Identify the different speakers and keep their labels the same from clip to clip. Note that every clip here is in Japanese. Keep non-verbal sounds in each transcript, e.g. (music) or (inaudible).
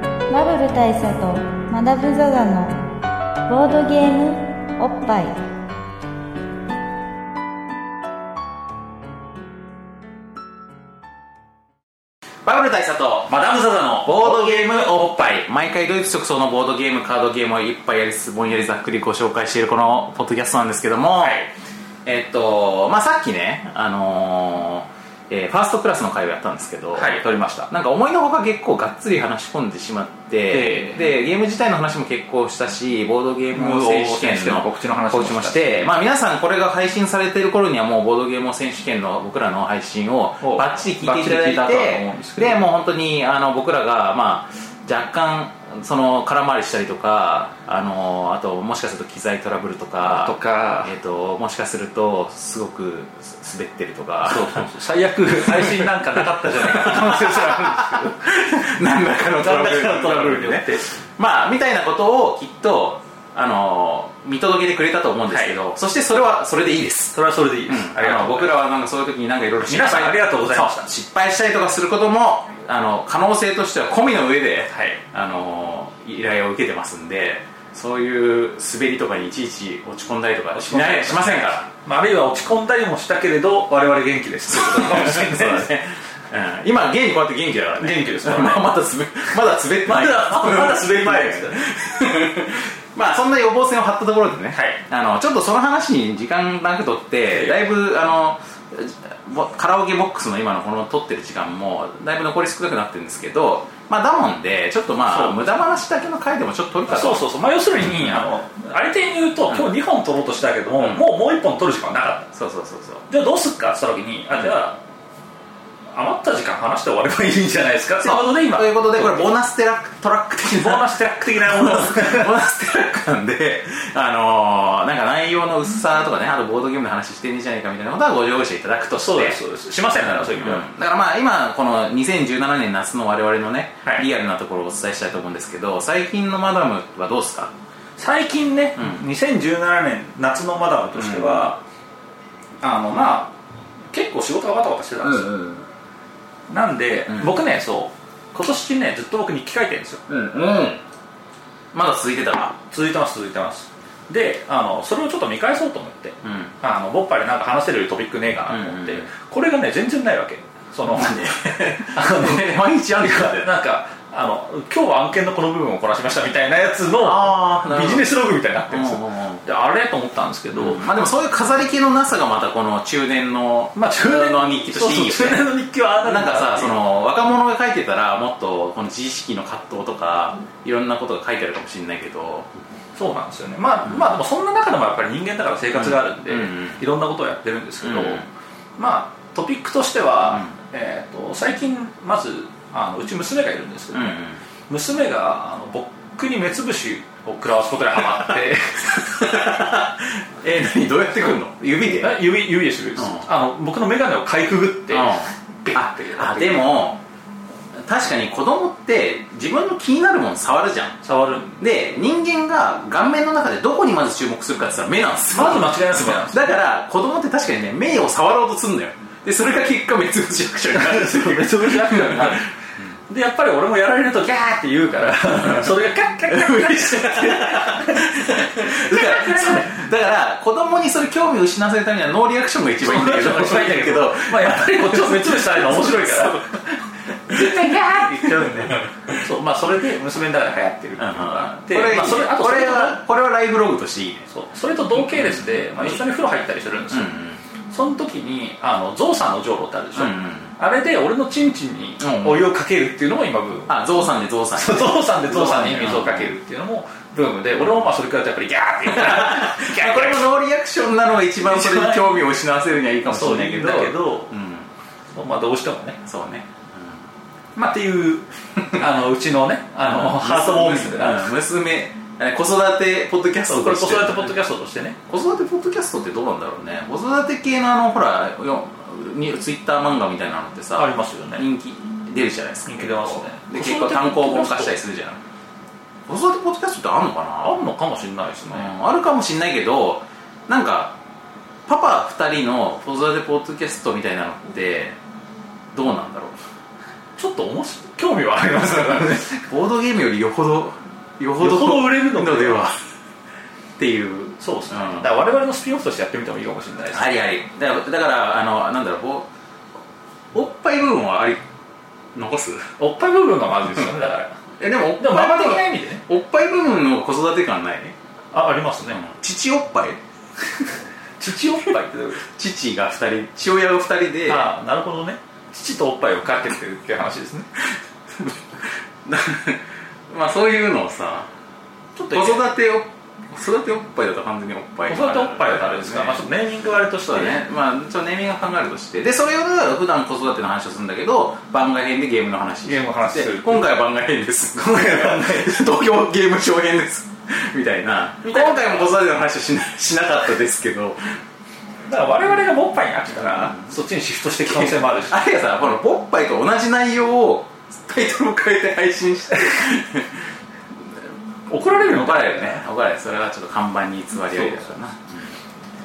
Speaker 1: 部大佐とマダム・ザ・ザのボードゲームおっぱい
Speaker 2: バブル大佐とマダム・ザ・ザのボードゲームおっぱい毎回ドイツ直送のボードゲームカードゲームをいっぱいやりつつぼんやりざっくりご紹介しているこのポッドキャストなんですけども、えっとまあさっきねあのーえーファーストクラスの会をやったんですけど、
Speaker 3: はい
Speaker 2: 撮りましたなんか思いのほか結構がっつり話し込んでしまって、
Speaker 3: ええ
Speaker 2: でゲーム自体の話も結構したしボードゲーム選手権の
Speaker 3: 告知の話
Speaker 2: 告
Speaker 3: もし
Speaker 2: 知
Speaker 3: た
Speaker 2: もして、まあ、皆さんこれが配信されてる頃にはもうボードゲーム選手権の僕らの配信を
Speaker 3: お
Speaker 2: バッチリ聞いていただい
Speaker 3: バッチリ聞いたとは思うんです
Speaker 2: て
Speaker 3: けど
Speaker 2: でもう本当にあの僕らが、まあ、若干その空回りしたりとかあのあともしかすると機材トラブルとか
Speaker 3: とか
Speaker 2: えー、ともしかするとすごく滑ってるとか
Speaker 3: そうそうそう最悪最
Speaker 2: (laughs)
Speaker 3: 新なんかなかったじゃないか可能性す (laughs) らあるんですけど
Speaker 2: 何らかのトラブル
Speaker 3: 何らかのトラブルによって
Speaker 2: まあみたいなことをきっとあの見届けてくれたと思うんですけど、そしてそれはそれでいいです
Speaker 3: それはそれでいいです、ありが
Speaker 2: あの
Speaker 3: とう
Speaker 2: 僕
Speaker 3: ございま
Speaker 2: らはなんかそういう時になんかいろいろ失敗
Speaker 3: 皆さんありがとうございました
Speaker 2: そう失敗したりとかすることもあの可能性としては込みの上で、
Speaker 3: はい
Speaker 2: あの依頼を受けてますんでそういう滑りとかにいちいち落ち込んだりとかしないしませんから
Speaker 3: す、まあ、あるいは落ち込んだりもしたけれど我々元気ですってことかもしれない
Speaker 2: そうだね、うん、今現にこうやって元気だからね
Speaker 3: 元気ですからね
Speaker 2: (laughs) まあまだ滑まだ滑ってない
Speaker 3: まだまだまだ滑り前ですから
Speaker 2: まあそんな予防線を張ったところでね、
Speaker 3: はい
Speaker 2: あのちょっとその話に時間なくとってだいぶあのぼカラオケボックスの今のこの撮ってる時間もだいぶ残り少なくなってるんですけどまあだもんでちょっとま
Speaker 3: そ
Speaker 2: あ
Speaker 3: う
Speaker 2: 無駄話だけの回でもちょっと撮るかと
Speaker 3: (laughs) そうそうそう、まあ、要するにあのありていに言うと今日2本取ろうとしたけども、もうもう1本取る時間なかっ
Speaker 2: そうそうそうそう
Speaker 3: たじゃあどうすっかって言った時にあじゃあ、余った時間話して終わればいいんじゃないですかっていうことで今
Speaker 2: ということでこれボーナステラックトラック的
Speaker 3: ボ
Speaker 2: な
Speaker 3: ーナステラック的なものを
Speaker 2: ボーナステラックなんで、あのーなんか内容の薄さとかね、あとボードゲームの話してんじゃないかみたいなことはご了承いただくとして、
Speaker 3: (laughs) そうですそうですしませんからそういう意味では、
Speaker 2: うんだからまあ今この2017年夏の我々のね、
Speaker 3: はい
Speaker 2: リアルなところをお伝えしたいと思うんですけど最近のマダムはどうですか
Speaker 3: 最近ね、2017年夏のマダムとしては、あのまあ結構仕事がバタバタしてたんですよ、
Speaker 2: んうん
Speaker 3: なんで、
Speaker 2: うん
Speaker 3: 僕ねそう今年ねずっと僕日記書いてるんですよ
Speaker 2: まだ続いてたら
Speaker 3: 続いてます続いてますであのそれをちょっと見返そうと思って
Speaker 2: うん
Speaker 3: あのボッパでなんか話せるトピックねえかなと思って、
Speaker 2: うんうん
Speaker 3: これがね全然ないわけその (laughs) あのね
Speaker 2: 毎日あるから
Speaker 3: なんかあの今日は案件のこの部分をこなしましたみたいなやつの
Speaker 2: あーなる
Speaker 3: ビ
Speaker 2: ほど
Speaker 3: ジネスログみたいになってるんですよ、
Speaker 2: うんうんうん
Speaker 3: であれと思ったんですけど、
Speaker 2: まあでもそういう飾り系のなさがまたこの中年の
Speaker 3: まあ、中年
Speaker 2: の日記としていいよね
Speaker 3: そうそう中年の日記はああ
Speaker 2: なん
Speaker 3: だ
Speaker 2: かさそ
Speaker 3: の
Speaker 2: の若者が書いてたらもっとこの自意識の葛藤とかいろんなことが書いてあるかもしれないけど
Speaker 3: そうなんですよねまあ、まあでもそんな中でもやっぱり人間だから生活があるんで、
Speaker 2: うんうん
Speaker 3: いろんなことをやってるんですけど、
Speaker 2: うん
Speaker 3: まあトピックとしては、えー、と最近まずあのうち娘がいるんですけ
Speaker 2: う
Speaker 3: ど、
Speaker 2: んうん
Speaker 3: 娘があの僕に目つぶしを食らわすことにハマって
Speaker 2: (laughs) え何どうやってくんの指で
Speaker 3: え指指です指です、
Speaker 2: うん
Speaker 3: あの僕の眼鏡をかいくぐって、
Speaker 2: うん
Speaker 3: ビッ
Speaker 2: あ
Speaker 3: て
Speaker 2: あでも確かに子供って自分の気になるもの触るじゃん
Speaker 3: 触るんで
Speaker 2: で人間が顔面の中でどこにまず注目するかって言ったら目なんですよ
Speaker 3: まず間違いなく目なんです
Speaker 2: だから子供って確かにね目を触ろうとすんのよでそれが結果目つぶし役者にな
Speaker 3: (laughs)
Speaker 2: るんですよ
Speaker 3: 目つぶしアクションになるでやっぱり俺もやられるとギャーって言うからそれがカッカッカッカッ
Speaker 2: だからそう (laughs) だから子供にそれ興味を失わせるためにはノーリアクションが一番いいんだけど
Speaker 3: 一番いいんだけ (laughs) どまあやっぱりこっちも目つぶしたら面白いから絶対ギャーって言っちゃうんでそうまあそれで娘の中で流行ってるっていうのがあって
Speaker 2: これ,、
Speaker 3: まあそれあと
Speaker 2: こ
Speaker 3: それ
Speaker 2: れ
Speaker 3: と
Speaker 2: はこれはライブログとしていいね
Speaker 3: そうそれと同系列で、まあ、一緒に風呂入ったりするんですよ、その時にあのゾウさんのじょうろってあるでしょ、
Speaker 2: うんうん
Speaker 3: あれで俺のチンチンにお湯をかけるっていうのも今ブーム、
Speaker 2: あゾウさんでゾウさん
Speaker 3: そうゾウさんでゾウさんに水をかけるっていうのもブームで、俺もまあそれくらいだとやっぱりギャーって言う
Speaker 2: これもノーリアクションなのが一番それに興味を失わせるにはいいかもし
Speaker 3: そう
Speaker 2: れな
Speaker 3: な
Speaker 2: んいけど
Speaker 3: だけど、
Speaker 2: うん
Speaker 3: まあどうしてもね
Speaker 2: そうね
Speaker 3: まあっていう (laughs) あのうちのねあのハートウォーミングな、
Speaker 2: うん娘え子育てポッドキャス
Speaker 3: そ
Speaker 2: ト
Speaker 3: うこれ
Speaker 2: と
Speaker 3: 子
Speaker 2: して
Speaker 3: 育てポッドキャストとしてね
Speaker 2: 子育てポッドキャストってどうなんだろうね子育て系のあのほらよにツイッター漫画みたいなのってさ
Speaker 3: ありますよね
Speaker 2: 人気出るじゃないですか
Speaker 3: 人気出ますね
Speaker 2: で結構単行本化したりするじゃん子育てポッドキャストってあんのかな
Speaker 3: あるのかもしれないですね、
Speaker 2: うんあるかもしんないけどなんかパパ2人の子育てポッドキャストみたいなのってどうなんだろう
Speaker 3: ちょっと面白い興味はありますからね
Speaker 2: ボードゲームよりよほどよほど
Speaker 3: よほど売れるのでは
Speaker 2: ではっていう
Speaker 3: そうですね、
Speaker 2: うん
Speaker 3: だから我々のスピンオフとしてやってみてもいいかもしれないです、
Speaker 2: ありありだからだからあのなんだろうおおっぱい部分はあり残す
Speaker 3: おっぱい部分がまずいですよねだから
Speaker 2: えでもおっ
Speaker 3: でもママ的な
Speaker 2: ぱい
Speaker 3: 意味でね
Speaker 2: おっぱい部分の子育て感ないね
Speaker 3: あありますね、
Speaker 2: 父おっぱい
Speaker 3: 父おっぱいってどういうこ
Speaker 2: 父が2人父親が2人で
Speaker 3: とああなるほどね父とおっぱいをかけてるっていう話ですね
Speaker 2: な (laughs) まあそういうのをさ
Speaker 3: ちょっ
Speaker 2: 子
Speaker 3: と子育て
Speaker 2: 育てを子育ておっぱいだと完全におっぱい
Speaker 3: おっぱいはあれですか、まあ、ちょっとネーミング割れとして
Speaker 2: そうだね、まあ、ちょっとネーミングが考えるとしてでそれを普段子育ての話をするんだけど番外編でゲームの話
Speaker 3: ゲームの話する
Speaker 2: で今回は番外編です今回は番外編です東京ゲームショー編です (laughs) みたいな
Speaker 3: みたいな
Speaker 2: 今回も子育ての話をしなしなかったですけど
Speaker 3: だから我々がボッパイに飽きたら、そっちにシフトしていく可能性もあるし
Speaker 2: あれがさこの「ボッパイ」と同じ内容をタイトルを変えて配信して
Speaker 3: 怒られるの
Speaker 2: 怒
Speaker 3: から
Speaker 2: れるね怒られるそれはちょっと看板に偽りありだからな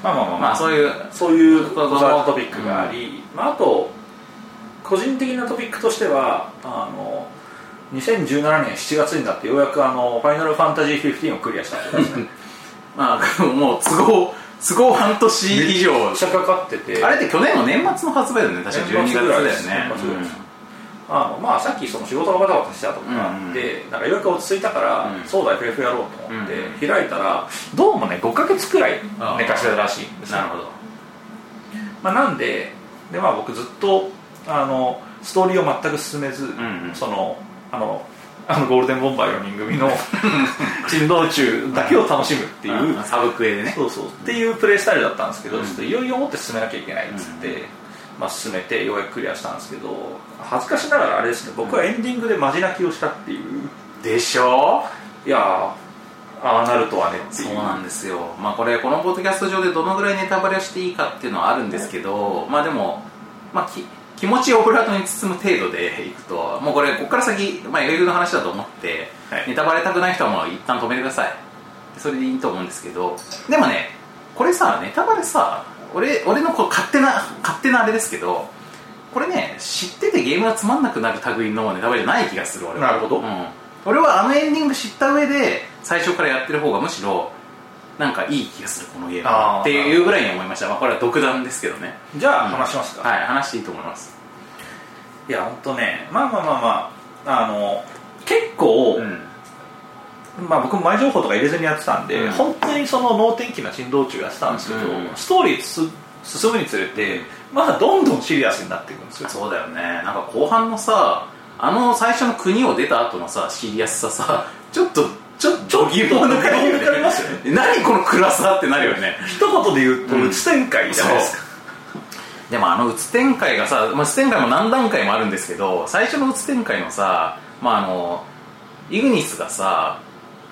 Speaker 3: まあまあまあま
Speaker 2: ま
Speaker 3: あ
Speaker 2: あそういう
Speaker 3: そういう
Speaker 2: そうそう
Speaker 3: のトピックがあり、まあ、あと個人的なトピックとしてはあの2017年7月になってようやくあの「ファイナルファンタジー15」をクリアしたんです (laughs) ね
Speaker 2: まあ (laughs) もう都合都合半年以上
Speaker 3: めっちゃかかってて
Speaker 2: あれって去年の年末の発売だよね確か12
Speaker 3: 年
Speaker 2: 月
Speaker 3: 末
Speaker 2: だ
Speaker 3: ぐら
Speaker 2: よ
Speaker 3: い
Speaker 2: ね
Speaker 3: です年末ぐらいですあのまあ、さっきその仕事がバタバタしてたとかがあって、なんかようやく落ち着いたから、
Speaker 2: うん
Speaker 3: そうだ FF やろうと思って、
Speaker 2: う
Speaker 3: 開いたらどうもね5ヶ月くらい
Speaker 2: ああ
Speaker 3: 寝かしてたらしいん
Speaker 2: う
Speaker 3: で
Speaker 2: ん
Speaker 3: すよ
Speaker 2: なるほど
Speaker 3: まあ、なんでで、まあ、僕ずっとあのストーリーを全く進めず、
Speaker 2: んうん
Speaker 3: そのあのあのゴールデンボンバー4人組の (laughs) 人道中だけを楽しむっていう、
Speaker 2: あサブクエでね
Speaker 3: そうそうっていうプレイスタイルだったんですけど、
Speaker 2: うん
Speaker 3: ちょっといよいよ持って進めなきゃいけないっつって、まあ、進めてようやくクリアしたんですけど恥ずかしながらあれですね僕はエンディングでマジ泣きをしたっていう
Speaker 2: でしょ
Speaker 3: いやーああなるとはねっていう
Speaker 2: そうなんですよまあこれこのポッドキャスト上でどのぐらいネタバレをしていいかっていうのはあるんですけどまあでもまあき気持ちをオブラートに包む程度でいくともうこれここから先まあ FF の話だと思って、
Speaker 3: はい
Speaker 2: ネタバレたくない人はもう一旦止めてくださいそれでいいと思うんですけどでもねこれさネタバレさ俺俺のこう勝手な勝手なあれですけどこれね知っててゲームがつまんなくなる類のネタバレじゃない気がする俺は
Speaker 3: なるほど
Speaker 2: うん、俺はあのエンディング知った上で最初からやってる方がむしろなんかいい気がするこのゲーム
Speaker 3: あー
Speaker 2: はっていうぐらいに思いました、まあ、これは独断ですけどね
Speaker 3: じゃあ話しますか、
Speaker 2: はい話していいと思います
Speaker 3: いや本当ねまあまあまあまああの結構、
Speaker 2: ん
Speaker 3: まあ、僕も前情報とか入れずにやってたんで、
Speaker 2: うん
Speaker 3: 本当にその能天気な珍道中やってたんですけど、
Speaker 2: うん
Speaker 3: ストーリーつす進むにつれてまあどんどんシリアスになっていくんですよ
Speaker 2: そうだよねなんか後半のさあの最初の国を出た後のさシリアスささちょっとちょちょっと疑問
Speaker 3: どう抜かれますよね
Speaker 2: 何この暗さってなるよね
Speaker 3: 一言で言うと
Speaker 2: うん
Speaker 3: うつ展開じゃないですか、
Speaker 2: でもあのうつ展開がさ、まあ、うつ展開も何段階もあるんですけど最初のうつ展開のさまああのイグニスがさ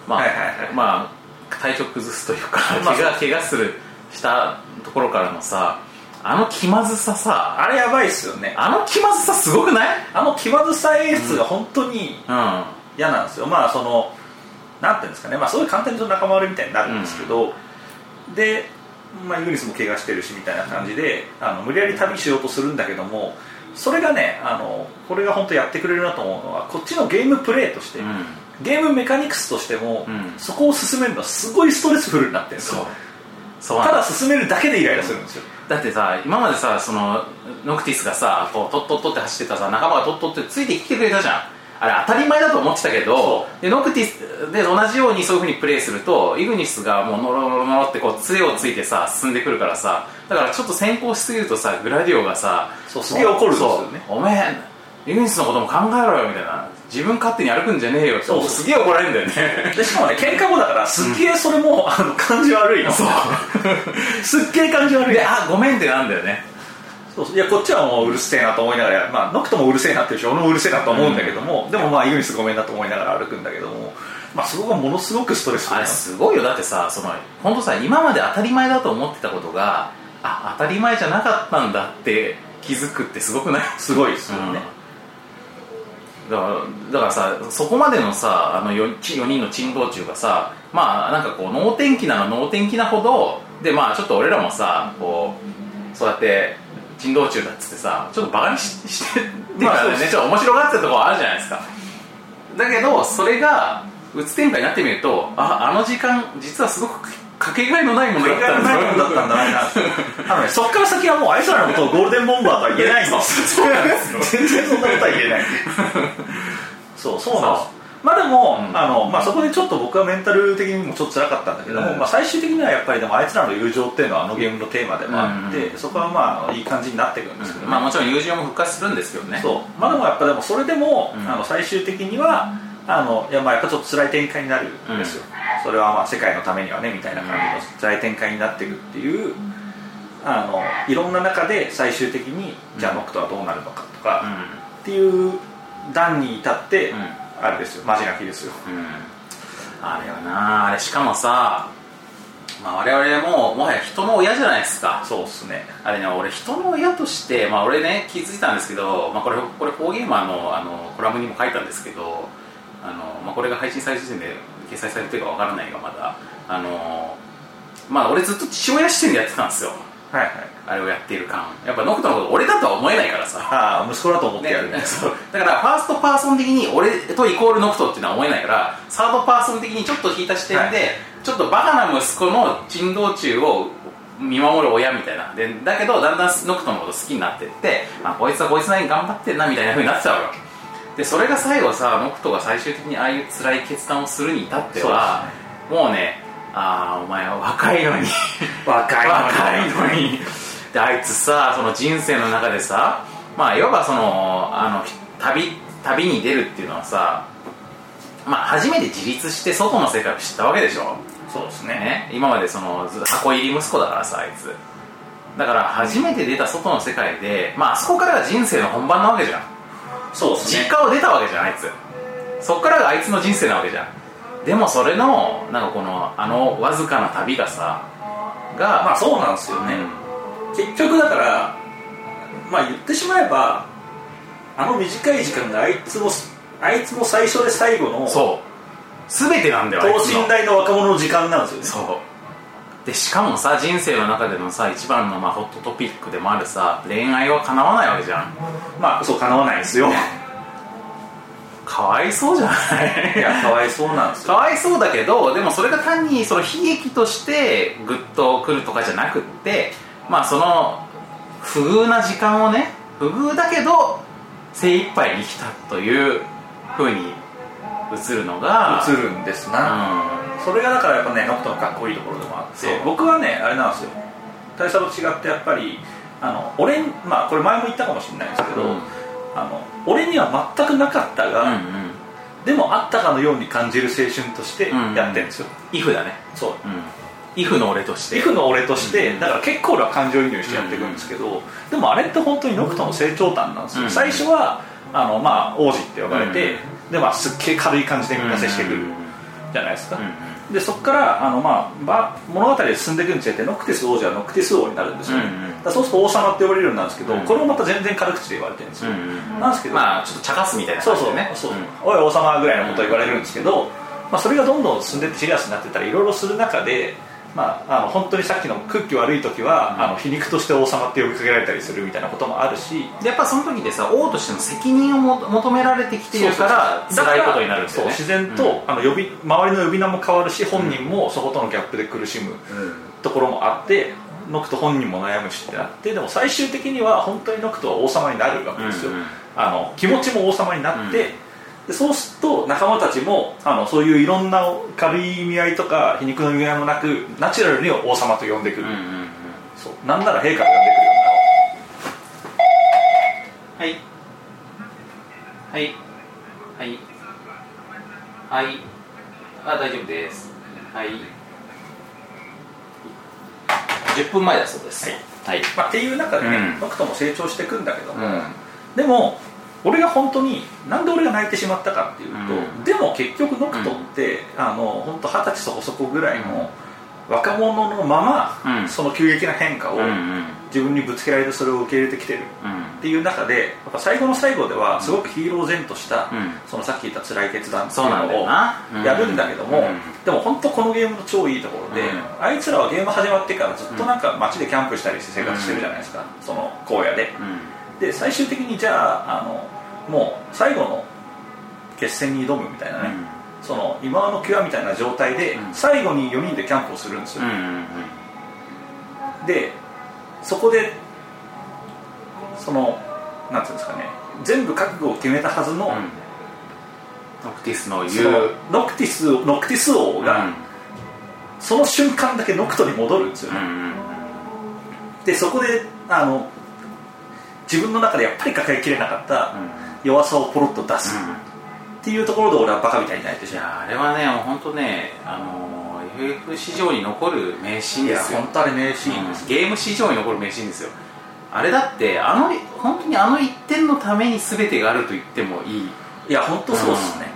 Speaker 2: まあ、
Speaker 3: はいはいはい
Speaker 2: まあ体調崩すというか
Speaker 3: まあ
Speaker 2: 怪我怪我するしたところからのさあの気まずささ
Speaker 3: あれやばいっすよね
Speaker 2: あの気まずさすごくない
Speaker 3: あの気まずさ演出が本当に
Speaker 2: うん
Speaker 3: 嫌なんですよ、まあそのなんていうんですかねまあすごい簡単に言うと仲間割れみたいになるんですけど、で、まあ、イグニスも怪我してるしみたいな感じで、あの無理やり旅しようとするんだけどもそれがねあのこれが本当やってくれるなと思うのはこっちのゲームプレイとして、
Speaker 2: うん
Speaker 3: ゲームメカニクスとしても、
Speaker 2: うん
Speaker 3: そこを進めるのはすごいストレスフルになってるんですよ
Speaker 2: そうなん
Speaker 3: た
Speaker 2: だ
Speaker 3: だ進めるだけでイライラするんですよ
Speaker 2: だってさ今までさそのノクティスがさこうトットットって走ってたさ仲間がトットッってついてきてくれたじゃんあれ当たり前だと思ってたけど
Speaker 3: そ
Speaker 2: でノクティスで同じようにそういうふうにプレイするとイグニスがもうノロノロノロってこう杖をついてさ進んでくるからさだからちょっと先行しすぎるとさグラディオがさ
Speaker 3: そうすげえ怒るんですよね
Speaker 2: そうおめえイグニスのことも考えろよみたいな自分勝手に歩くんじゃねえよって
Speaker 3: そうそう
Speaker 2: すげえ怒られるんだよね
Speaker 3: でしかもね喧嘩後だからすっげえそれも、あの感じ悪いの
Speaker 2: そう
Speaker 3: すっげえ感じ悪い
Speaker 2: であごめんってなんだよね
Speaker 3: そうそういやこっちはもううるせえなと思いながら、まあ、ノクトもうるせえなってるし俺もうるせえなと思うんだけども、でもまあイグニスごめんなと思いながら歩くんだけども、まあ、そこがものすごくストレスフル
Speaker 2: あ
Speaker 3: なん
Speaker 2: れ
Speaker 3: です
Speaker 2: すごいよだってさその本当さ今まで当たり前だと思ってたことがあ当たり前じゃなかったんだって気づくってすごくない
Speaker 3: すごいですよね、
Speaker 2: だからだからさそこまでのさあの 4, 4人の珍道中がさまあなんかこう能天気なの能天気なほどでまあちょっと俺らもさこうそうやって珍道中だっつってさちょっとバカにししてっていう
Speaker 3: まあ
Speaker 2: か
Speaker 3: そう
Speaker 2: ね、
Speaker 3: で
Speaker 2: (laughs)
Speaker 3: す
Speaker 2: ちょっと面白がってたところあるじゃないですかだけどそれがうつ展開になってみるとああの時間実はすごくかけがえのないものだっ
Speaker 3: 海
Speaker 2: た
Speaker 3: 外
Speaker 2: ん
Speaker 3: の
Speaker 2: だ
Speaker 3: ないものだったんだなあのねそっから先はもうあいつらのことをゴールデンボンバーとは言えないんです
Speaker 2: そうなんですよ
Speaker 3: 全然そんなことは言えないそうそうなんですまあでも、
Speaker 2: うん
Speaker 3: あのまあ、そこでちょっと僕はメンタル的にもちょっと辛かったんだけども、
Speaker 2: うん
Speaker 3: まあ、最終的にはやっぱりでもあいつらの友情っていうのはあのゲームのテーマでもあって、
Speaker 2: う
Speaker 3: そこはまああのいい感じになっていくんですけどね、
Speaker 2: まあもちろん友情も復活するんですけどね
Speaker 3: そうまあでもやっぱでもそれでも、
Speaker 2: うん
Speaker 3: あの最終的にはあのいやまあやっぱちょっと辛い展開になるんですよ、それはまあ世界のためにはねみたいな感じの辛い展開になっていくっていうあのいろんな中で最終的にじゃあノクトはどうなるのかと
Speaker 2: うん
Speaker 3: か、っていう段に至って、
Speaker 2: うん
Speaker 3: あれですよマジ泣きですよ
Speaker 2: うんあれはなあれしかもさ、まあ、我々ももはや人の親じゃないですか
Speaker 3: そうっすね
Speaker 2: あれね俺人の親として、まあ、俺ね気づいたんですけど、まあ、これこれフォーゲーマーのあのコラムにも書いたんですけどあの、まあ、これが配信される時点で掲載されてるかわからないがまだあのまあ俺ずっと父親視点でやってたんですよ
Speaker 3: はいはい
Speaker 2: あれをやっている感やっぱノクトのこと俺だとは思えないからさ
Speaker 3: ああ息子だと思ってやるみたい
Speaker 2: ね、
Speaker 3: な
Speaker 2: そう (laughs) だからファーストパーソン的に俺とイコールノクトっていうのは思えないからサードパーソン的にちょっと引いた視点で、
Speaker 3: は
Speaker 2: ちょっとバカな息子の珍道中を見守る親みたいなでだけどだんだんノクトのこと好きになってってあこいつはこいつなりに頑張ってんなみたいな風になってたわけでそれが最後さノクトが最終的にああいう辛い決断をするに至っては、もうねああお前は若いのに
Speaker 3: 若
Speaker 2: 若いのにであいつさその人生の中でさまあいわばそのあの旅旅に出るっていうのはさまあ初めて自立して外の世界を知ったわけでしょ、
Speaker 3: そうですね
Speaker 2: ね、今までそのず箱入り息子だからさあいつだから初めて出た外の世界でまああそこからが人生の本番なわけじゃん
Speaker 3: そうです
Speaker 2: 実
Speaker 3: ね
Speaker 2: 家を出たわけじゃんあいつそっからがあいつの人生なわけじゃんでもそれのなんかこのあのわずかな旅がさが
Speaker 3: まあそうなんですよね、結局だからまあ言ってしまえばあの短い時間があいつもあいつも最初で最後の等
Speaker 2: そう全てなんだよあいつの
Speaker 3: 身大の若者の時間なんですよね
Speaker 2: そうでしかもさ人生の中でのさ一番のまあホットトピックでもあるさ恋愛は叶わないわけじゃん
Speaker 3: まあそうかなわ (laughs) ないんですよ
Speaker 2: かわいそうじゃない
Speaker 3: (laughs) いやかわいそうなんです
Speaker 2: か
Speaker 3: よ
Speaker 2: わいそうだけどでもそれが単にその悲劇としてグッとくるとかじゃなくってまあその不遇な時間をね不遇だけど精一杯に生きたというふうに映るのが
Speaker 3: 映るんです
Speaker 2: う
Speaker 3: な、
Speaker 2: ん
Speaker 3: それがだからやっぱねノクトのかっこいいところでもあって
Speaker 2: そう
Speaker 3: 僕はねあれなんですよ大佐と違ってやっぱりあの俺にまあこれ前も言ったかもしれないんですけど、
Speaker 2: うん
Speaker 3: あの俺には全くなかった
Speaker 2: う
Speaker 3: が、
Speaker 2: んうん
Speaker 3: でもあったかのように感じる青春として
Speaker 2: うん
Speaker 3: やってるんですよ、
Speaker 2: イフだね
Speaker 3: そう
Speaker 2: うんイフの俺として
Speaker 3: リフの俺として、
Speaker 2: うん
Speaker 3: だから結構俺は感情移入してやっていくんですけど、でもあれって本当にノクトの成長譚なんですよ、
Speaker 2: うん
Speaker 3: 最初はあの、まあ、王子って呼ばれて、
Speaker 2: う
Speaker 3: でまあ、すっげえ軽い感じでみんな接してくる
Speaker 2: うんうん
Speaker 3: じゃないですか、
Speaker 2: うん
Speaker 3: でそこからあの、まあ、ば物語で進んでいくにつれてノクティス王子はノクティス王になるんですよ、ね
Speaker 2: うんうん
Speaker 3: だからそうすると王様って呼ばれるようになるんですけど、
Speaker 2: うん
Speaker 3: これもまた全然軽口で言われてるんです
Speaker 2: う
Speaker 3: よ、
Speaker 2: んうん
Speaker 3: なんですけど、
Speaker 2: まあちょっと茶化すみたいな
Speaker 3: そう
Speaker 2: 感じ
Speaker 3: そう
Speaker 2: でね
Speaker 3: そう、
Speaker 2: ん
Speaker 3: おい王様ぐらいのことを言われるんですけど、まあ、それがどんどん進んでってシリアスになってったらいろいろする中で、まあ、あの本当にさっきの屈機悪い時は、
Speaker 2: うん
Speaker 3: あの皮肉として王様って呼びかけられたりするみたいなこともあるし
Speaker 2: でやっぱその時でさ王としての責任をも求められてきているから
Speaker 3: そうそうそう
Speaker 2: 辛いことになるんだ
Speaker 3: そう
Speaker 2: よね
Speaker 3: 自然と、あの呼び周りの呼び名も変わるし本人もそことのギャップで苦しむところもあって、ノクト本人も悩むしってなってでも最終的には本当にノクトは王様になるわけですよ、
Speaker 2: うんうん
Speaker 3: あの気持ちも王様になって、
Speaker 2: うん
Speaker 3: でそうすると仲間たちもあのそういういろんな軽い意味合いとか皮肉の意味合いもなくナチュラルに王様と呼んでく
Speaker 2: う
Speaker 3: る、
Speaker 2: んうんうん
Speaker 3: そうなんなら陛下と呼んでくるよ
Speaker 2: はいはいはいはいあ大丈夫ですはい10分前だそうですはい、
Speaker 3: うな、まあ、っていう中でね、
Speaker 2: うん
Speaker 3: ノクトも成長していくんだけども、
Speaker 2: うん
Speaker 3: でも俺が本当になんで俺が泣いてしまったかっていうと、
Speaker 2: う
Speaker 3: でも結局ノクトって、あの本当二十歳そこそこぐらいの、若者のまま、
Speaker 2: うん
Speaker 3: その急激な変化を、
Speaker 2: うんうん
Speaker 3: 自分にぶつけられてそれを受け入れてきてる
Speaker 2: うん
Speaker 3: っていう中でやっぱ最後の最後ではすごくヒーロー然とした、
Speaker 2: うん
Speaker 3: そのさっき言った辛い決断ってい
Speaker 2: そうなんだよ
Speaker 3: うのを
Speaker 2: なうん
Speaker 3: やるんだけども、
Speaker 2: うん
Speaker 3: でも本当このゲームの超いいところで、
Speaker 2: うん
Speaker 3: あいつらはゲーム始まってからずっとなんか街でキャンプしたりして生活してるじゃないですか、その荒野でで最終的にじゃああのもう最後の決戦に挑むみたいなね、その今のキュアみたいな状態で、
Speaker 2: うん
Speaker 3: 最後に4人でキャンプをするんですよ、
Speaker 2: うんうんうん
Speaker 3: でそこでそのなんていうんですかね全部覚悟を決めたはずの,、
Speaker 2: うんノクティスの
Speaker 3: そ
Speaker 2: 言
Speaker 3: の
Speaker 2: う
Speaker 3: ノクティスノクティス王が、
Speaker 2: うん
Speaker 3: その瞬間だけノクトに戻るんですよ
Speaker 2: う
Speaker 3: ね、
Speaker 2: ん
Speaker 3: でそこであの自分の中でやっぱり抱えきれなかった弱さをポロッと出す
Speaker 2: うん
Speaker 3: っていうところで俺はバカみたいに泣いてし
Speaker 2: い
Speaker 3: まう
Speaker 2: やあれはねもう本当ねあの FF 史上に残る名シーン
Speaker 3: い
Speaker 2: で
Speaker 3: や
Speaker 2: すよ
Speaker 3: 本当あれ名シーンです、
Speaker 2: ゲーム史上に残る名シーンですよあれだってあの本当にあの一点のために全てがあると言ってもいい
Speaker 3: いや本当そうですね、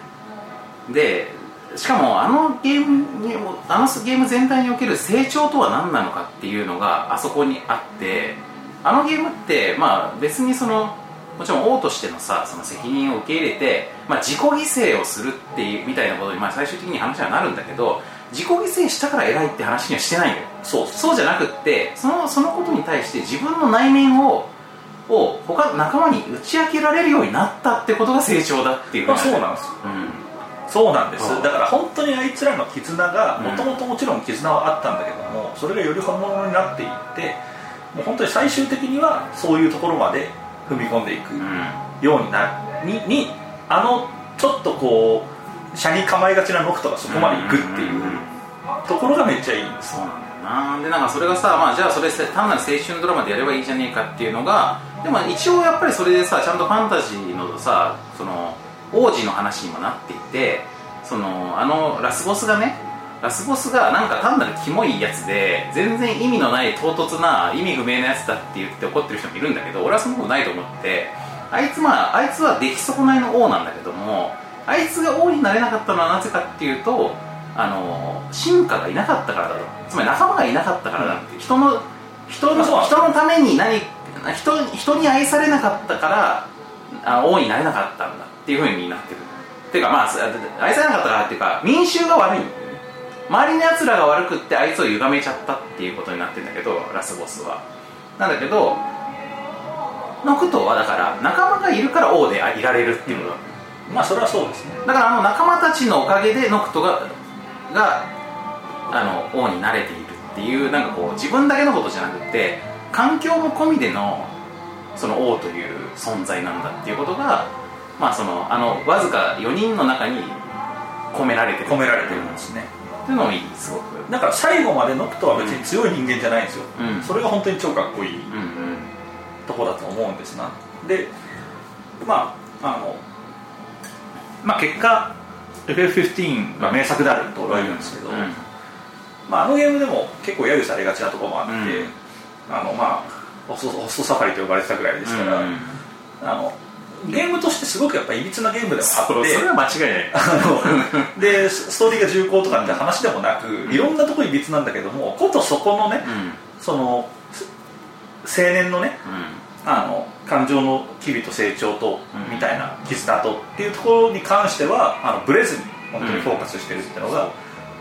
Speaker 2: でしかもあのゲームにもあのゲーム全体における成長とは何なのかっていうのがあそこにあってあのゲームってまあ別にそのもちろん王としてのさその責任を受け入れて、まあ、自己犠牲をするっていうみたいなことに、まあ、最終的に話はなるんだけど自己犠牲したから偉いって話にはしてないのよ
Speaker 3: そうっす
Speaker 2: そうじゃなくってそのそのことに対して自分の内面をを他の仲間に打ち明けられるようになったってことが成長だっていう
Speaker 3: まあそう
Speaker 2: の、
Speaker 3: なんですよ
Speaker 2: うん
Speaker 3: そうなんです
Speaker 2: うん
Speaker 3: だから本当にあいつらの絆が
Speaker 2: うん
Speaker 3: もともともちろん絆はあったんだけどもそれがより本物になっていってもう本当に最終的にはそういうところまで踏み込んでいく
Speaker 2: う
Speaker 3: ようになるににあのちょっとこう車に構えがちなノクトがそこまで行くってい
Speaker 2: んんん
Speaker 3: うんところがめっちゃいいんです
Speaker 2: そうなんだよなでなんかそれがさ、まあ、じゃあそれせ単なる青春ドラマでやればいいじゃねえかっていうのがでも一応やっぱりそれでさちゃんとファンタジーのさその王子の話にもなっていてそのあのラスボスがねラスボスがなんか単なるキモいやつで全然意味のない唐突な意味不明なやつだって言って怒ってる人もいるんだけど俺はそんなことないと思ってあいつまああいつは出来損ないの王なんだけどもあいつが王になれなかったのはなぜかっていうとあの進化がいなかったからだとつまり仲間がいなかったからだって、人の人の
Speaker 3: そう
Speaker 2: 人のために何人人に愛されなかったからあ王になれなかったんだっていうふうになってるっていうかまあす愛されなかったからっていうか民衆が悪いんだよね周りのやつらが悪くってあいつを歪めちゃったっていうことになってるんだけどラスボスはなんだけどノクトはだから仲間がいるから王でいられるっていうことだ、
Speaker 3: まあそれはそうですね
Speaker 2: だからあの仲間たちのおかげでノクトががあの王になれているっていうなんかこう自分だけのことじゃなくて環境も込みでのその王という存在なんだっていうことがまあそのあのわずか4人の中に込められてる
Speaker 3: 込められてるんですね
Speaker 2: っていうのもいいすごく
Speaker 3: だから最後までノクトは別に強い人間じゃないんですよ、
Speaker 2: うん
Speaker 3: それが本当に超かっこいい
Speaker 2: うんうん
Speaker 3: とこだと思うんですなでまああのまあ結果 FF15 が名作であると俺は言うんですけど、
Speaker 2: うん
Speaker 3: まあ、あのゲームでも結構揶揄されがちなところもあって、
Speaker 2: うん
Speaker 3: あのまあホストホストサファリと呼ばれてたぐらいですから、
Speaker 2: うん
Speaker 3: あのゲームとしてすごくやっぱいびつなゲームでもあ
Speaker 2: そ
Speaker 3: っ
Speaker 2: う
Speaker 3: て
Speaker 2: それは間違いない
Speaker 3: あのでスストーリーが重厚とかって話でもなく、いろんなとこいびつなんだけどもことそこのね、
Speaker 2: うんうん
Speaker 3: そのす青年のねあの感情の機微と成長と、
Speaker 2: うん
Speaker 3: みたいな絆とっていうところに関してはあのブレずに本当にフォーカスしてるっていうのが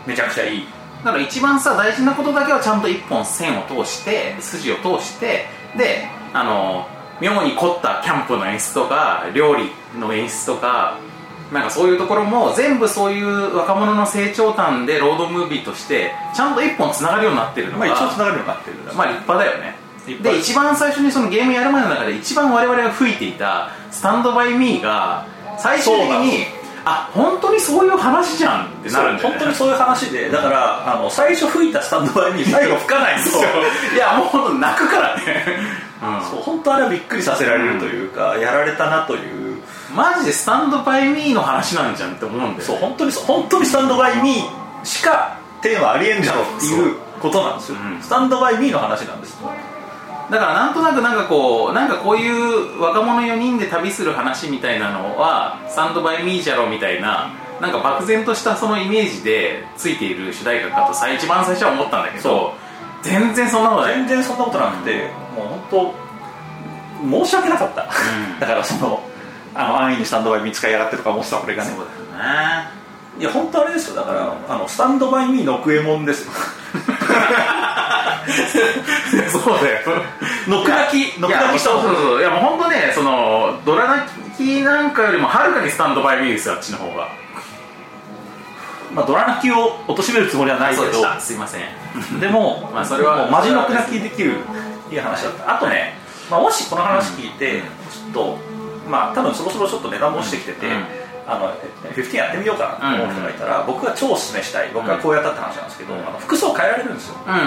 Speaker 3: めちゃくちゃいい、
Speaker 2: だから一番さ大事なことだけはちゃんと一本線を通して筋を通してであの妙に凝ったキャンプの演出とか料理の演出とかなんかそういうところも全部そういう若者の成長端でロードムービーとしてちゃんと一本つながるようになってるの
Speaker 3: ま
Speaker 2: が、
Speaker 3: あ、一応つながるようになってるんだ
Speaker 2: まあ立派だよね
Speaker 3: 立派
Speaker 2: で一番最初にそのゲームやる前の中で一番我々が吹いていた「スタンドバイ・ミー」が最終的
Speaker 3: そうなん
Speaker 2: にあ本当にそういう話じゃんってなるんだよね
Speaker 3: 本当にそういう話でだからあの最初吹いたスタンドバイに最後吹かない (laughs) んですよ
Speaker 2: いやもうほんと泣くからね、
Speaker 3: そう本当あれはびっくりさせられるというか、やられたなという
Speaker 2: マジでスタンドバイミーの話なんじゃんって思うんだよ
Speaker 3: そう本当にそう本当にスタンドバイミーしかテーマありえんじゃろっていうことなんですよ、
Speaker 2: うん
Speaker 3: スタンドバイミーの話なんです
Speaker 2: だからなんとなくなんかこうなんかこういう若者4人で旅する話みたいなのはスタンドバイミーじゃろみたいななんか漠然としたそのイメージでついている主題歌かとさ一番最初は思ったんだけど
Speaker 3: そ
Speaker 2: 全然そんなことない、
Speaker 3: 全然そんなことなくて、もう本当申し訳なかった、
Speaker 2: ん
Speaker 3: だからそのあの安易にスタンドバイ見つかりやがってとか思ってた俺がね
Speaker 2: そうだよね
Speaker 3: いや本当あれですよだから、あのスタンドバイミーのクエモン
Speaker 2: (laughs)
Speaker 3: ですよ
Speaker 2: (laughs) そうだよ
Speaker 3: ノクラキノクラキした
Speaker 2: そ
Speaker 3: も
Speaker 2: うんそうそういやもう本当ねそのドラ泣きなんかよりもはるかにスタンドバイミーですよあっちの方が
Speaker 3: まあ、ドラ泣きを貶めるつもりはないけど
Speaker 2: すいません
Speaker 3: でも、
Speaker 2: まあそれは
Speaker 3: もうマジのクラキできるいい話だった、あとね、まあ、もしこの話聞いて、
Speaker 2: うん
Speaker 3: ちょっとまあ多分そろそろちょっと値段も落ちてきてて、
Speaker 2: うん
Speaker 3: あの15やってみようかなと思う人がいたら、僕が超おすすめしたい僕がこうやったって話なんですけど、
Speaker 2: うん
Speaker 3: あの服装変えられるんですよ、
Speaker 2: うんうんう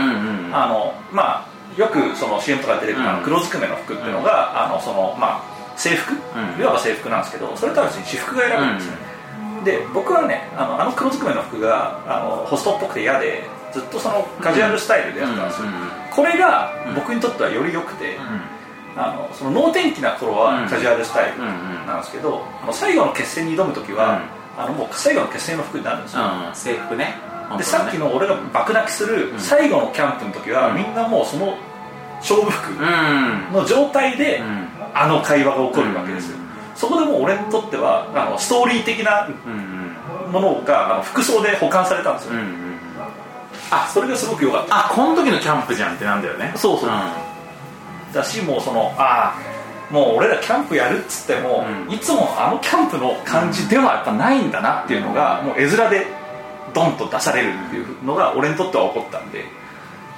Speaker 2: ん
Speaker 3: あのまあよくその CM とかで出てくるあの
Speaker 2: うん
Speaker 3: 黒ずくめの服っていうのが、あのそのまあ制服、
Speaker 2: ん
Speaker 3: いわば制服なんですけどそれとは別に私服が選べるんですよね、で僕はねあのあの黒ずくめの服があのホストっぽくて嫌でずっとそのカジュアルスタイルでやってたんですよ、
Speaker 2: うんうんうん
Speaker 3: これが僕にとってはより良くて、あのその能天気な頃
Speaker 2: うん
Speaker 3: はカジュアルスタイル
Speaker 2: うんうん
Speaker 3: なんですけど、あの最後の決戦に挑む時は、あのもう最後の決戦の服になるんですよ、
Speaker 2: うん制服ね
Speaker 3: でさっき
Speaker 2: の
Speaker 3: の俺が爆泣きする
Speaker 2: うん
Speaker 3: 最後のキャンプの時は、
Speaker 2: うん
Speaker 3: みんなもうその勝負服
Speaker 2: うん
Speaker 3: の状態で、
Speaker 2: うん
Speaker 3: あの会話が起こるわけですよ、
Speaker 2: うん
Speaker 3: そこでもう俺にとってはあのストーリー的な
Speaker 2: うん
Speaker 3: ものがあの服装で保管されたんですよ、
Speaker 2: うんうん
Speaker 3: あそれがすごく良かっ
Speaker 2: あこの時のキャンプじゃんってなんだよね
Speaker 3: そうそうんただしもうそのああもう俺らキャンプやるっつっても、
Speaker 2: うん
Speaker 3: いつもあのキャンプの感じではやっぱないんだなっていうのが、もう絵面でドンと出されるっていうのが俺にとっては起こったんで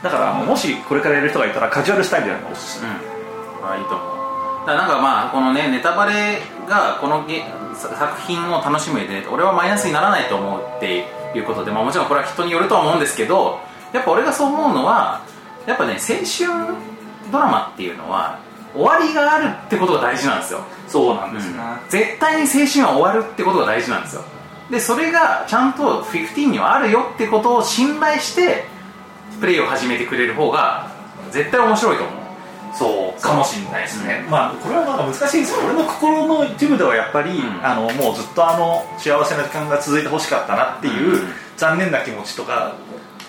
Speaker 3: だからもしこれからやる人がいたらカジュアルスタイルやるのがおすすめ、
Speaker 2: うん、あいいと思うだからなんかまあこのねネタバレがこのげさ作品を楽しむ上で俺はマイナスにならないと思うっていうことで、まあ、もちろんこれは人によるとは思うんですけどやっぱ俺がそう思うのはやっぱね青春ドラマっていうのは終わりがあるってことが大事なんですよ
Speaker 3: そうなん
Speaker 2: う
Speaker 3: ですね、
Speaker 2: ん絶対に青春は終わるってことが大事なんですよでそれがちゃんと15にはあるよってことを信頼してプレイを始めてくれる方が絶対面白いと思う
Speaker 3: そうかもしれないですね、まあこれはなんか難しいですよ俺の心の一部ではやっぱり、
Speaker 2: ん
Speaker 3: あのもうずっとあの幸せな時間が続いてほしかったなっていう、
Speaker 2: うん
Speaker 3: 残念な気持ちとか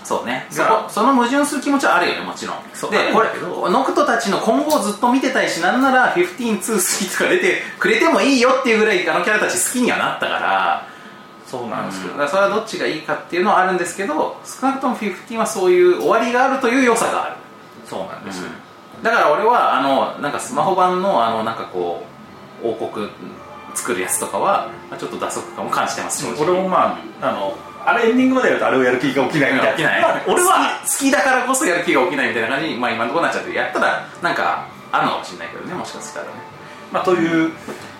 Speaker 2: そうねそ
Speaker 3: が
Speaker 2: こその矛盾する気持ちはあるよねもちろん
Speaker 3: そうあ
Speaker 2: で
Speaker 3: るん
Speaker 2: これ
Speaker 3: だけど
Speaker 2: ノクトたちの今後をずっと見てたいしなんなら152とか出てくれてもいいよっていうぐらいあのキャラたち好きにはなったから
Speaker 3: そうなんですけど、
Speaker 2: だからそれはどっちがいいかっていうのはあるんですけど少なくとも15はそういう終わりがあるという良さがある
Speaker 3: そうなんです、
Speaker 2: だから俺はあのなんかスマホ版のあのなんかこう王国作るやつとかはまあちょっと打足感も感じてます正直
Speaker 3: 俺もまああのあれエンディングまでやるとあれをやる気が起きないみたい
Speaker 2: 起
Speaker 3: な
Speaker 2: き (laughs) ない、
Speaker 3: まあ (laughs) 俺は
Speaker 2: 好き好きだからこそやる気が起きないみたいな感じに、まあ、今のところなっちゃってるやったらなんかあるのかもしれないけどねもしかしたらね、
Speaker 3: まあという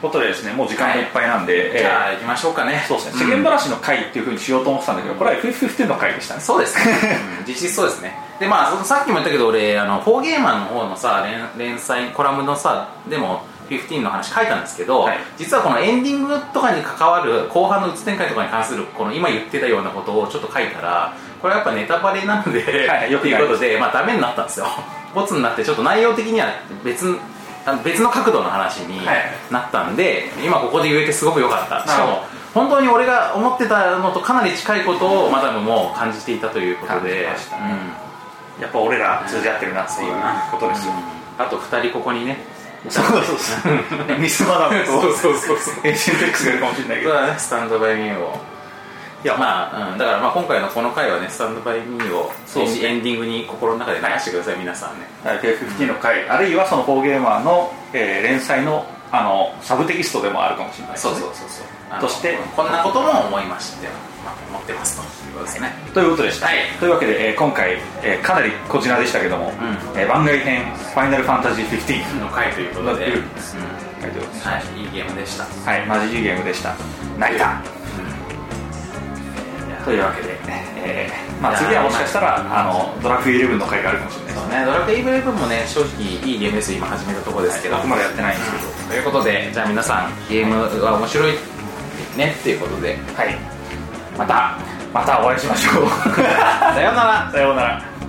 Speaker 3: ことでですねもう時間がいっぱいなんで、えー
Speaker 2: じゃあ行きましょうかね
Speaker 3: そうですね、世間
Speaker 2: うん
Speaker 3: 話の回っていうふうにしようと思ってたんだけど、これは FF15 の回でしたね
Speaker 2: そうですね、
Speaker 3: (laughs)
Speaker 2: うん実質そうですねでまあそのさっきも言ったけど俺あのフォーゲーマーの方のさ連連載コラムのさでも15の話書いたんですけど、
Speaker 3: はい
Speaker 2: 実はこのエンディングとかに関わる後半のうつ展開とかに関するこの今言ってたようなことをちょっと書いたらこれはやっぱネタバレなので、
Speaker 3: はいよく
Speaker 2: とい
Speaker 3: や
Speaker 2: う
Speaker 3: ります
Speaker 2: ことで、まあ、ダメになったんですよボツになってちょっと内容的には別あの別の角度の話に
Speaker 3: はい
Speaker 2: なったんで、今ここで言えてすごく良かったしか
Speaker 3: なる
Speaker 2: も本当に俺が思ってたのとかなり近いことをマダムも感じていたということで
Speaker 3: 感じましたねやっぱ俺ら通じ合ってるなっていうことですよ、
Speaker 2: うんあと2人ここにね
Speaker 3: そう
Speaker 2: (laughs)
Speaker 3: そうそうミスマダムと
Speaker 2: そうそうそうそう
Speaker 3: エンシェント X がいるかもしれないけど
Speaker 2: だねスタンドバイミーを
Speaker 3: いやまあ
Speaker 2: まあ、うん、だからまあ今回のこの回はねスタンドバイミーを
Speaker 3: そうですね
Speaker 2: エンディングに心の中で流してください皆さんね
Speaker 3: FF15 の回、あるいはそのフォーゲーマーの、えー連載のあのサブテキストでもあるかもしれないです
Speaker 2: そう
Speaker 3: ね
Speaker 2: そうそうそう
Speaker 3: そして
Speaker 2: こんなことも思いまして、まあ、思ってますということですね、
Speaker 3: ということでした、
Speaker 2: はい
Speaker 3: というわけで、えー今回、えーかなりこちらでしたけども、えー番外編「ファイナルファンタジー15」
Speaker 2: の回ということで、
Speaker 3: うん
Speaker 2: は
Speaker 3: タイトルです
Speaker 2: いいいゲームでした
Speaker 3: はいマジいいゲームでした泣いたというわけで、えーまあ、次はもしかしたらあのドラクエ11の回があるかもしれないです
Speaker 2: そうねドラクエイブレブンもね正直いいゲームですよ今始めたところですけど、
Speaker 3: 僕まだやってないんですけど
Speaker 2: ということでじゃあ皆さんゲームは面白いねっていうことで
Speaker 3: はいまたまたお会いしましょう
Speaker 2: (laughs) さようなら
Speaker 3: (laughs) さようなら